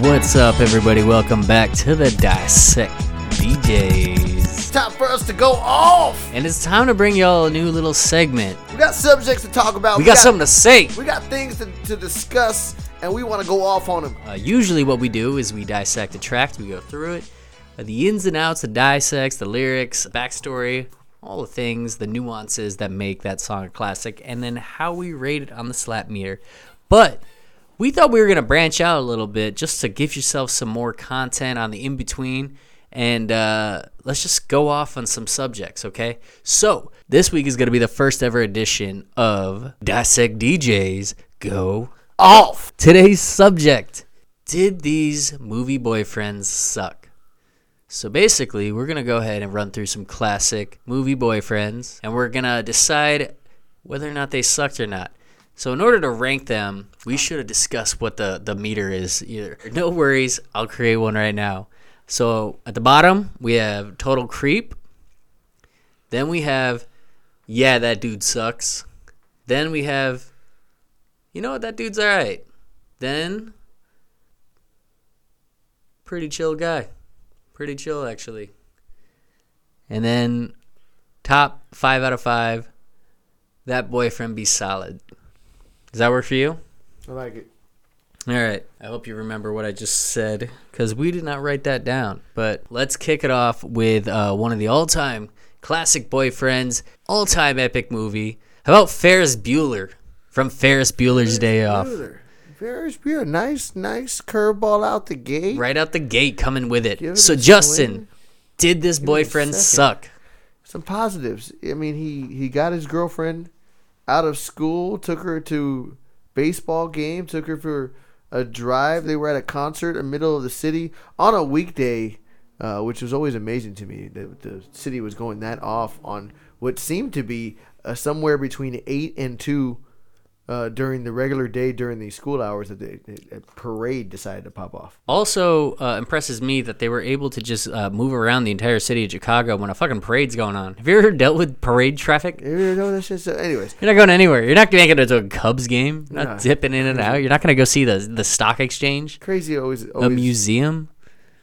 What's up, everybody? Welcome back to the Dissect DJs. Time for us to go off. And it's time to bring y'all a new little segment. We got subjects to talk about. We got something to say. We got things to, to discuss, and we want to go off on them. Uh, usually, what we do is we dissect a track, we go through it, uh, the ins and outs, the dissects, the lyrics, backstory, all the things, the nuances that make that song a classic, and then how we rate it on the slap meter. But we thought we were going to branch out a little bit just to give yourself some more content on the in between. And uh, let's just go off on some subjects, okay? So, this week is going to be the first ever edition of Dissect DJs Go Off. Today's subject Did these movie boyfriends suck? So basically, we're going to go ahead and run through some classic movie boyfriends and we're going to decide whether or not they sucked or not. So in order to rank them, we should have discussed what the, the meter is either. No worries, I'll create one right now. So at the bottom, we have total creep. Then we have yeah, that dude sucks. Then we have you know what, that dude's all right. Then, pretty chill guy. Pretty chill, actually. And then, top five out of five, that boyfriend be solid. Does that work for you? I like it. All right. I hope you remember what I just said because we did not write that down. But let's kick it off with uh, one of the all time classic boyfriends, all time epic movie. How about Ferris Bueller from Ferris Bueller's Day Off? Bueller. Ferris Bueller. Nice, nice curveball out the gate. Right out the gate coming with it. Give it so, a Justin, swing. did this me a boyfriend second. suck? Some positives. I mean, he he got his girlfriend out of school. Took her to baseball game. Took her for a drive. They were at a concert in the middle of the city on a weekday. Uh, which was always amazing to me. The, the city was going that off on what seemed to be uh, somewhere between eight and two uh, during the regular day during the school hours that the the parade decided to pop off. Also uh, impresses me that they were able to just uh, move around the entire city of Chicago when a fucking parade's going on. Have you ever dealt with parade traffic? You know, that's just- uh, anyways, You're not going anywhere. You're not making it to a Cubs game. You're not No. dipping in and out. You're not going to go see the the stock exchange, crazy always a always museum.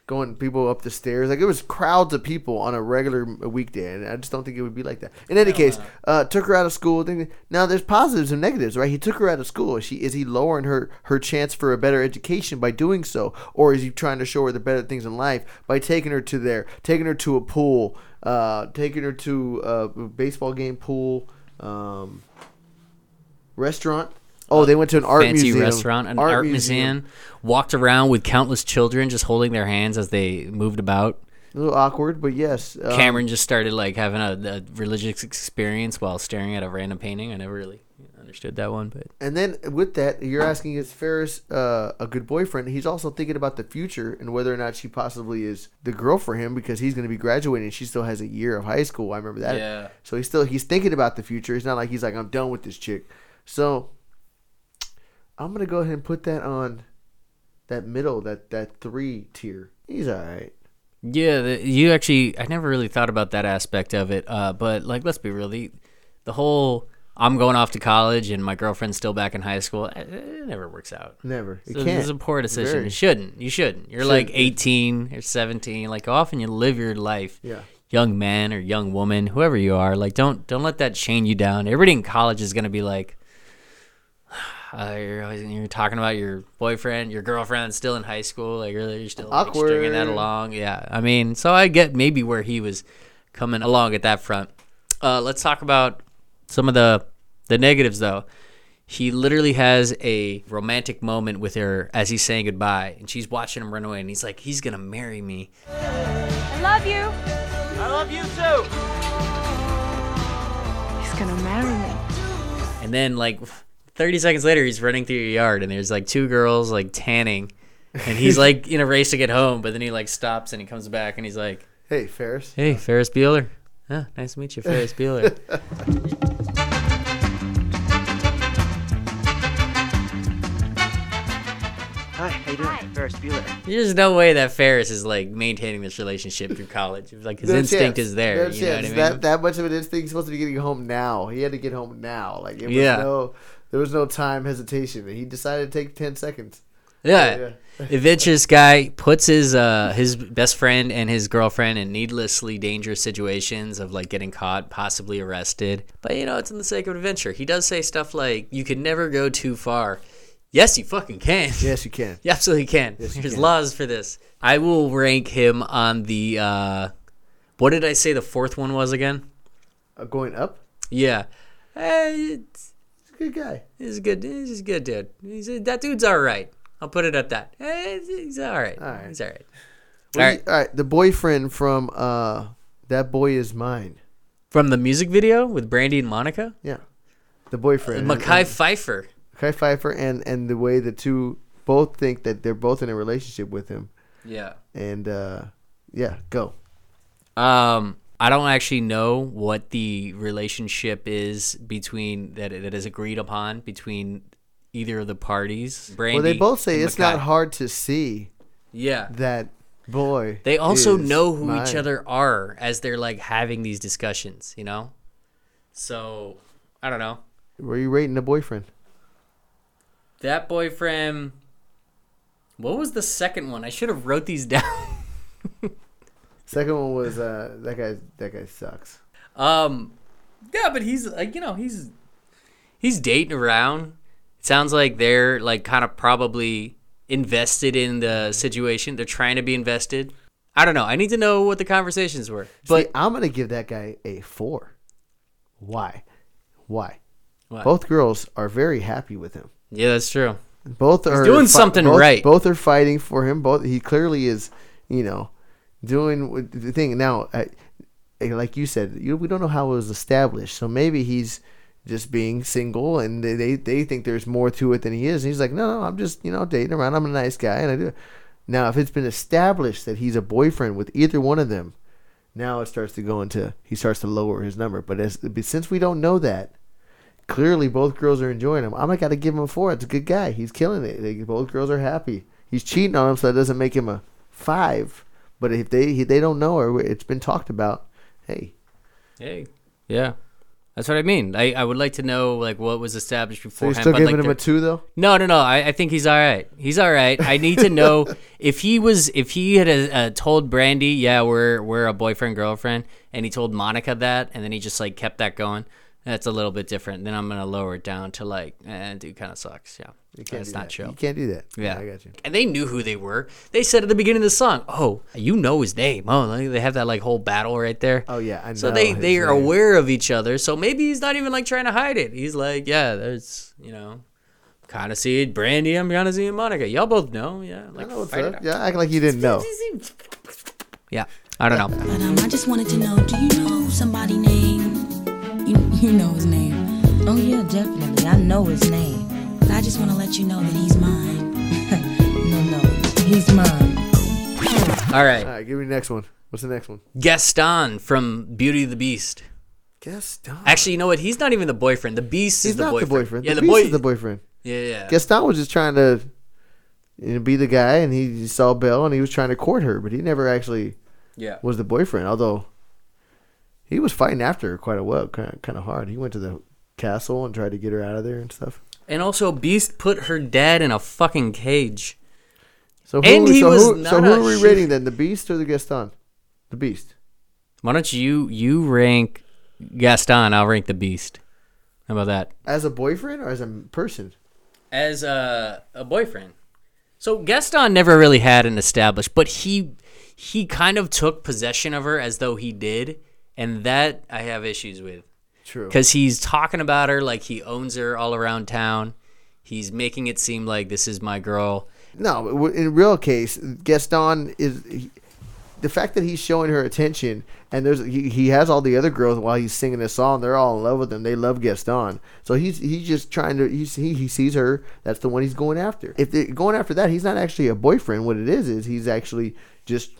going people up the stairs. Like it was crowds of people on a regular m- weekday, and I just don't think it would be like that. In any case, uh, took her out of school. Thing. Now there's positives and negatives, right? He took her out of school. She is he lowering her her chance for a better education by doing so, or is he trying to show her the better things in life by taking her to there, taking her to a pool, uh, taking her to a baseball game pool, um, restaurant. Oh, they went to an art fancy museum. restaurant, an art, museum. Walked around with countless children just holding their hands as they moved about. A little awkward, but yes. um, Cameron just started like having a, a religious experience while staring at a random painting. I never really understood that one, but And then with that, you're asking is Ferris uh, a good boyfriend? He's also thinking about the future and whether or not she possibly is the girl for him because he's going to be graduating. She still has a year of high school. I remember that. Yeah. So he's still he's thinking about the future. It's not like he's like I'm done with this chick. So I'm gonna go ahead and put that on that middle that that three tier. He's all right. yeah, the, you actually I never really thought about that aspect of it. Uh, but like, let's be real, the, the whole I'm going off to college and my girlfriend's still back in high school. It, it never works out. Never. So It can't. this is a poor decision. Very. You shouldn't. You shouldn't. You're like 18 or 17. Like often you live your life. Yeah. Young man or young woman, whoever you are, like don't don't let that chain you down. Everybody in college is gonna be like, uh, you're always you're talking about your boyfriend, your girlfriend, still in high school. Like really, you're still like, stringing that Awkward. along. Yeah, I mean, so I get maybe where he was coming along at that front. Uh, let's talk about some of the the negatives though. He literally has a romantic moment with her as he's saying goodbye, and she's watching him run away, and he's like, "He's gonna marry me." I love you. I love you too. He's gonna marry me. And then like 30 seconds later, he's running through your yard, and there's like two girls like tanning, and he's like in a race to get home, but then he like stops and he comes back, and he's like, Hey Ferris. "Hey, Ferris Bueller." Huh, nice to meet you, Ferris Bueller. Hi, how you doing? Ferris Bueller. There's no way that Ferris is like maintaining this relationship through college. It was, Like his No instinct chance. is there. No you know what I chance. mean? That that much of an instinct he's supposed to be getting home now. He had to get home now. Like it was Yeah. no there was no time hesitation. He decided to take ten seconds. Yeah. Adventurous guy puts his uh his best friend and his girlfriend in needlessly dangerous situations of like getting caught, possibly arrested. But you know, it's in the sake of adventure. He does say stuff like, "You can never go too far." Yes, you fucking can. Yes, you can. You absolutely can. you There's can. laws for this. I will rank him on the uh what did I say the fourth one was again? Uh, going up. Yeah. Eh, Hey, He's a good guy. he's a good he's a good dude. He's a, that dude's all right. I'll put it at that. Hey, he's all right. All right. He's all right. What All is- all right. The boyfriend from uh, that boy is mine. From the music video with Brandy and Monica? Yeah, the boyfriend. and- Uh, Mackay and- Pfeiffer. Mackay Pfeiffer, and and the way the two both think that they're both in a relationship with him, Yeah. and uh, yeah, go. Um, I don't actually know what the relationship is between that that is agreed upon between either of the parties. Brandy. Well, they both say and it's Mackay. not hard to see Yeah. that boy. They also is know who each mine. other are as they're like having these discussions, you know? So, I don't know. Where are you rating the boyfriend? That boyfriend What was the second one? I should have wrote these down. Second one was uh, that guy. That guy sucks. Um, yeah, but he's like you know he's he's dating around. It sounds like they're like kind of probably invested in the situation. They're trying to be invested. I don't know. I need to know what the conversations were. But But I'm gonna give that guy a four. Why? Why? Why? Both girls are very happy with him. yeah, that's true. Both are doing something both- right. Both are fighting for him. Both he clearly is, you know, doing what- the thing. Now, I, I- like you said, you, we don't know how it was established. So maybe he's just being single, and they, they they think there's more to it than he is. And he's like, no, no, I'm just you know dating around. I'm a nice guy, and I do. it." Now, if it's been established that he's a boyfriend with either one of them, now it starts to go into he starts to lower his number. But as but since we don't know that, clearly both girls are enjoying him. I'm not gotta give him a four. It's a good guy. He's killing it. They- both girls are happy. He's cheating on him, so that doesn't make him a five. But if they he, they don't know or it's been talked about, hey, Hey, yeah, that's what I mean. I, I would like to know like what was established so beforehand. you're still but, giving like, him a the- two though. No, no, no. I, I think he's all right. He's all right. I need to know if he was if he had uh, told Brandy, yeah, we're we're a boyfriend girlfriend, and he told Monica that, and then he just like kept that going. That's a little bit different. Then I'm gonna lower it down to like, eh, dude, kind of sucks. Yeah, You can't that's do not that. chill. You can't do that. Yeah. I got you. And they knew who they were. They said at the beginning of the song, "Oh, you know his name." Oh, like, they have that like whole battle right there. Oh, yeah, I so know they his they are name. aware of each other. So maybe he's not even like trying to hide it. He's like, "Yeah, there's you know, kind of see Brandy. I'm kind of seeing Monica. Y'all both know. Yeah, I like know Oh, what's fight it up. out. Yeah, act like you didn't know. Yeah, I don't know. But um, I just wanted to know, do you know somebody named? You, you know his name. Oh yeah, definitely. I know his name. But I just want to let you know that he's mine. no, no, he's mine. All right, All right, give me the next one. What's the next one? Gaston from Beauty and the Beast. Gaston. Actually, you know what? He's not even the boyfriend. The Beast he's is the not boyfriend. the boyfriend. Yeah, the, the, beast boy. is the boyfriend. yeah, yeah. Gaston was just trying to you know, be the guy, and he saw Belle, and he was trying to court her, but he never actually yeah. was the boyfriend. Although he was fighting after her quite a while, kind of, kind of hard. He went to the castle and tried to get her out of there and stuff. And also, Beast put her dad in a fucking cage. So who, And he so was who, so not who a are we sh- rating then? The Beast or the Gaston? The Beast. Why don't you you rank Gaston? I'll rank the Beast. How about that? As a boyfriend or as a person? As a a boyfriend. So Gaston never really had an established, but he he kind of took possession of her as though he did, and that I have issues with True. because he's talking about her like he owns her all around town. He's making it seem like this is my girl. No, but w- in real case, Gaston is he- the fact that he's showing her attention, and there's he, he has all the other girls while he's singing this song. They're all in love with him. They love Gaston, so he's he's just trying to he's, he he sees her. That's the one he's going after. If they're going after that, he's not actually a boyfriend. What it is is he's actually just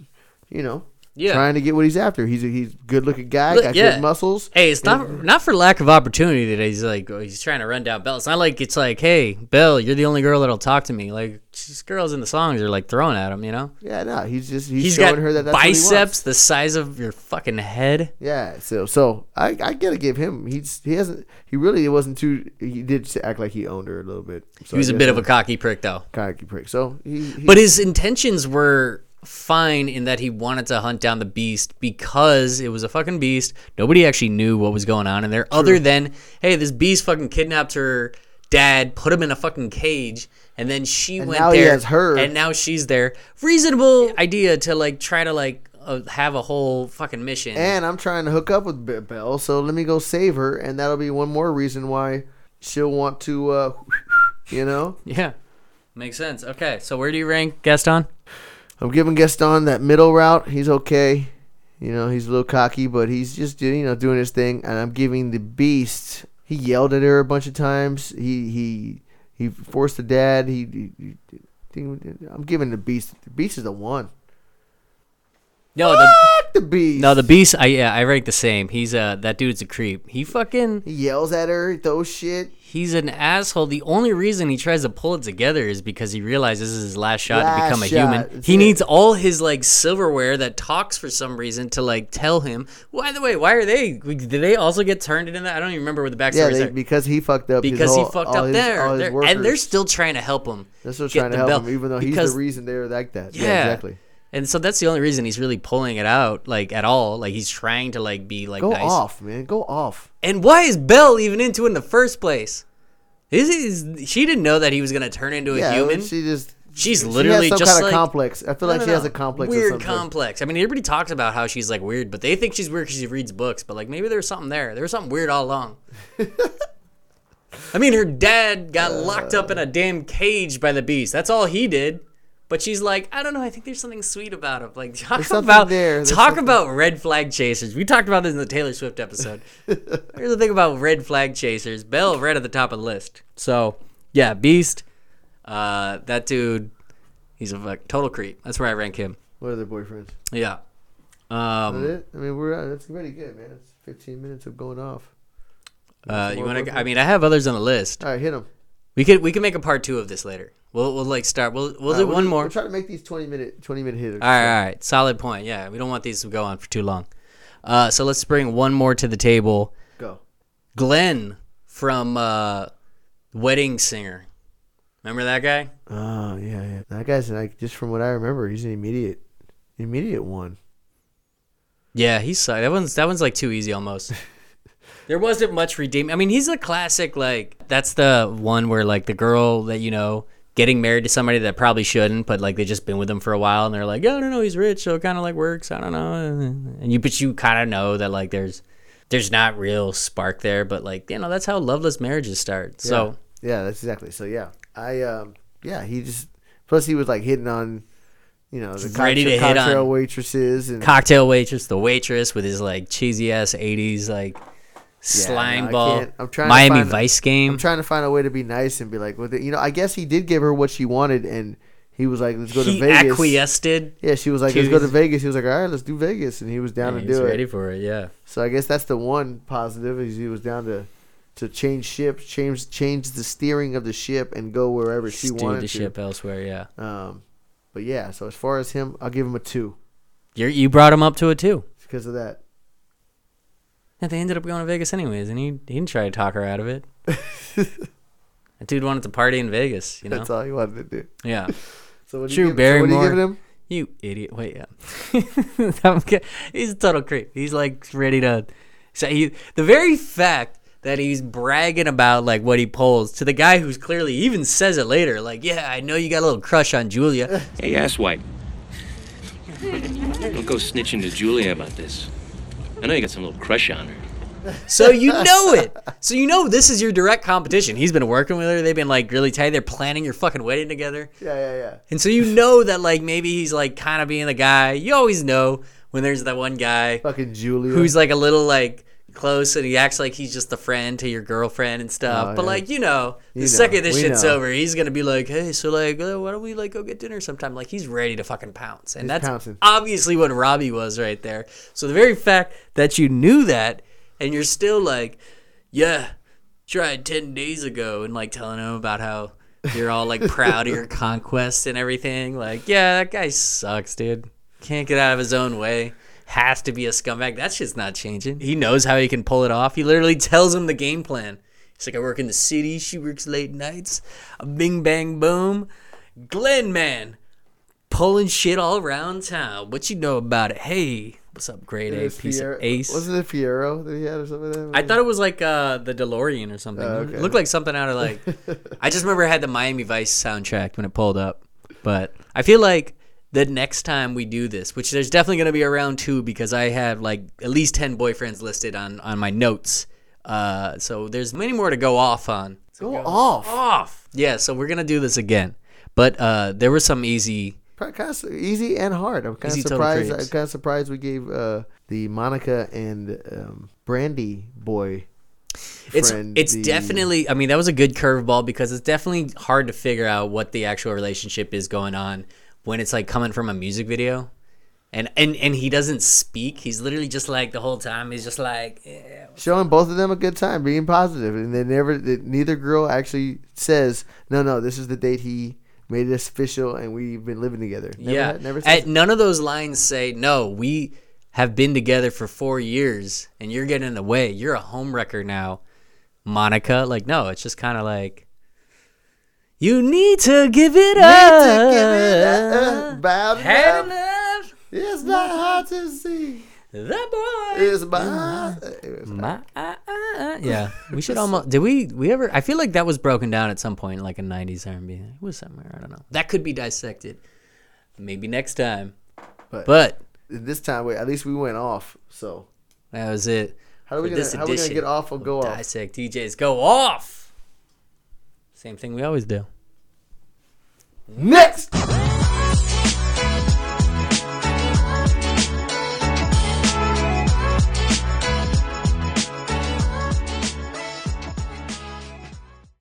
you know Yeah. trying to get what he's after. He's a, he's a good looking guy, Look, got yeah. good muscles. Hey, it's not not for lack of opportunity that he's like oh, he's trying to run down Bell. It's not like it's like, hey, Bell, you're the only girl that'll talk to me. Like these girls in the songs are like throwing at him, you know. Yeah, no, he's just he's, He's showing got her that that's what he wants. biceps the size of your fucking head. Yeah, so so I I gotta give him he's he hasn't he really wasn't too he did act like he owned her a little bit. he So was I a guess bit of a I'm cocky prick, though. cocky prick. So he, he But his intentions were fine in that he wanted to hunt down the beast because it was a fucking beast. Nobody actually knew what was going on in there, other than hey, this beast fucking kidnapped her dad, put him in a fucking cage, and then she went now he there. has her. and now she's there. Reasonable idea to like try to like uh, have a whole fucking mission. and I'm trying to hook up with Be- Belle, so let me go save her, and that'll be one more reason why she'll want to, uh, you know. yeah, makes sense. Okay, so where do you rank Gaston? I'm giving Gaston that middle route. He's okay, you know. He's a little cocky, but he's just you know doing his thing. And I'm giving the Beast. He yelled at her a bunch of times. He he he forced the dad. He, he, he I'm giving the Beast. The Beast is the one. No, the, Fuck the Beast. no, the beast. I yeah, I rank the same. He's uh that dude's a creep. He fucking He yells at her. He throws shit. He's an asshole. The only reason he tries to pull it together is because he realizes this is his last shot to Last become a shot. human. That's he it. needs all his like silverware that talks for some reason to like tell him. Well, by the way, why are they? Did they also get turned into that? I don't even remember what the Yeah, backstory they, is. because he fucked up. his because whole- he fucked all up his- all there, his They're- and they're workers. still trying to help him. They're still get trying to the help belt. him, even though he's Because- the reason they're like that. Yeah, Yeah, exactly. And so that's the only reason he's really pulling it out, like at all. Like he's trying to like be like Go nice. off, man. Go off. And why is Belle even into it in the first place? Is, is she didn't know that he was gonna turn into a Yeah, human? she just. She's she literally has some just kind like of complex. I feel No, like no, she has no. a complex. Weird or something. complex. I mean, everybody talks about how she's like weird, but they think she's weird because she reads books. But like, maybe there was something there. There was something weird all along. I mean, her dad got Uh, locked up in a damn cage by the beast. That's all he did. But she's like, I don't know. I think there's something sweet about him. Like, talk There's something about there. There's talk something- about red flag chasers. We talked about this in the Taylor Swift episode. Here's the thing about red flag chasers. Bell right at the top of the list. So yeah, Beast. Uh, that dude, he's a fuck, total creep. That's where I rank him. What other boyfriends? Yeah. That Um, it? I mean, we're uh, that's pretty good, man. It's 15 minutes of going off. uh, you more want to? boyfriend? I mean, I have others on the list. All right, hit them. We could we could make a part two of this later. We'll we'll like start. We'll we'll do one more. We'll try to make these 20 minute 20 minute hitters. All right, all right. Solid point. Yeah, we don't want these to go on for too long. Uh, so let's bring one more to the table. Go. Glenn from uh, Wedding Singer. Remember that guy? Oh yeah, yeah. That guy's like just from what I remember, he's an immediate, immediate one. Yeah, he sucked. That one's that one's like too easy almost. there wasn't much redeeming. I mean, he's a classic. Like that's the one where like the girl that you know getting married to somebody that probably shouldn't, but like they just been with him for a while and they're like, yeah, I don't know, he's rich, so it kind of like works. I don't know, and you but you kind of know that like there's there's not real spark there, but like you know that's how loveless marriages start. So Yeah, that's exactly. So yeah, I um yeah he just plus he was like hitting on, you know, the Ready cocktail, to hit cocktail on- waitresses and cocktail waitress, the waitress with his like cheesy ass '80s like slime no, I ball, can't. I'm trying to Miami find- Vice game. I'm trying to find a way to be nice and be like with it. You know, I guess he did give her what she wanted, and he was like, "Let's go to he Vegas." acquiesced. Yeah, she was like, to "Let's go to his- Vegas." He was like, "All right, let's do Vegas," and he was down Yeah, to he's do ready it. for it. Yeah. So I guess that's the one positive is he was down to to change ship, change change the steering of the ship, and go wherever she Steer wanted the to. ship elsewhere. Yeah. Um, but yeah, so as far as him, I'll give him a two You're, you brought him up to it too. because of that. And they ended up going to Vegas anyways, and he, he didn't try to talk her out of it. that dude wanted to party in Vegas, you know. That's all he wanted to do. yeah. So what do Drew you give, so what do you Barrymore. giving him? You idiot. Wait, yeah. I'm ki- he's a total creep. He's like ready to say he, the very fact that he's bragging about like what he pulls to the guy who's clearly he even says it later, like, yeah, I know you got a little crush on Julia. Hey, asswipe. Don't go snitching to Julia about this. I know you got some little crush on her. So you know it. So you know this is your direct competition. He's been working with her. They've been like really tight. They're planning your fucking wedding together. Yeah, yeah, yeah. And so you know that like maybe he's like kind of being the guy. You always know when there's that one guy Fucking Julia. who's like a little like close and he acts like he's just a friend to your girlfriend and stuff. Oh, but yeah. like you know, the You know, second this we shit's know. over, he's gonna be like, "Hey, so like, uh, why don't we like go get dinner sometime?" Like he's ready to fucking pounce, and He's that's pouncing. obviously what Robbie was right there. So the very fact that you knew that and you're still like, "Yeah, tried ten days ago," and like telling him about how. You're all like proud of your conquest and everything. Like, yeah, that guy sucks, dude. Can't get out of his own way. Has to be a scumbag. That shit's not changing. He knows how he can pull it off. He literally tells him the game plan. He's like, I work in the city. She works late nights. A bing bang boom. Glenn man, pulling shit all around town. What you know about it? Hey, what's up, grade A It's piece Fiero- of ace? Wasn't it Fiero that he had or something? Like that? I thought it was like uh, the DeLorean or something. Oh, It okay. looked like something out of like. I just remember it had the Miami Vice soundtrack when it pulled up. But I feel like the next time we do this, which there's definitely going to be a round two because I have like at least 10 boyfriends listed on, on my notes. Uh, so there's many more to go off on. go off. Off! Yeah, so we're going to do this again. But uh, there were some easy. Kind of easy and hard. I'm kind Easy of total surprised. I'm creatives. kind of surprised we gave uh, the Monica and um, Brandy boy. It's friend it's the- definitely. I mean, that was a good curveball because it's definitely hard to figure out what the actual relationship is going on when it's like coming from a music video, and and and he doesn't speak. He's literally just like the whole time. He's just like, eh. "Yeah." showing both of them a good time, being positive, and they never. They, neither girl actually says, "No, no, this is the date he made us official, and we've been living together." Never, yeah. never says. At, none of those lines say no. We have been together for four years, and you're getting in the way. You're a homewrecker now, Monica. Like no, it's just kind of like. You need to give it up. uh, Bad Had enough. enough. It's not hard to see. The boy. It's my. It was- My, uh, uh, yeah, we should almost. Did we? We ever? I feel like that was broken down at some point, like a '90s R&B. It was somewhere. I don't know. That could be dissected. Maybe next time. But- But This time, wait. At least we went off. So that was it. how are For we gonna this how are we gonna edition get off or go off? Dissect DJs. Go off. Same thing we always do. Next.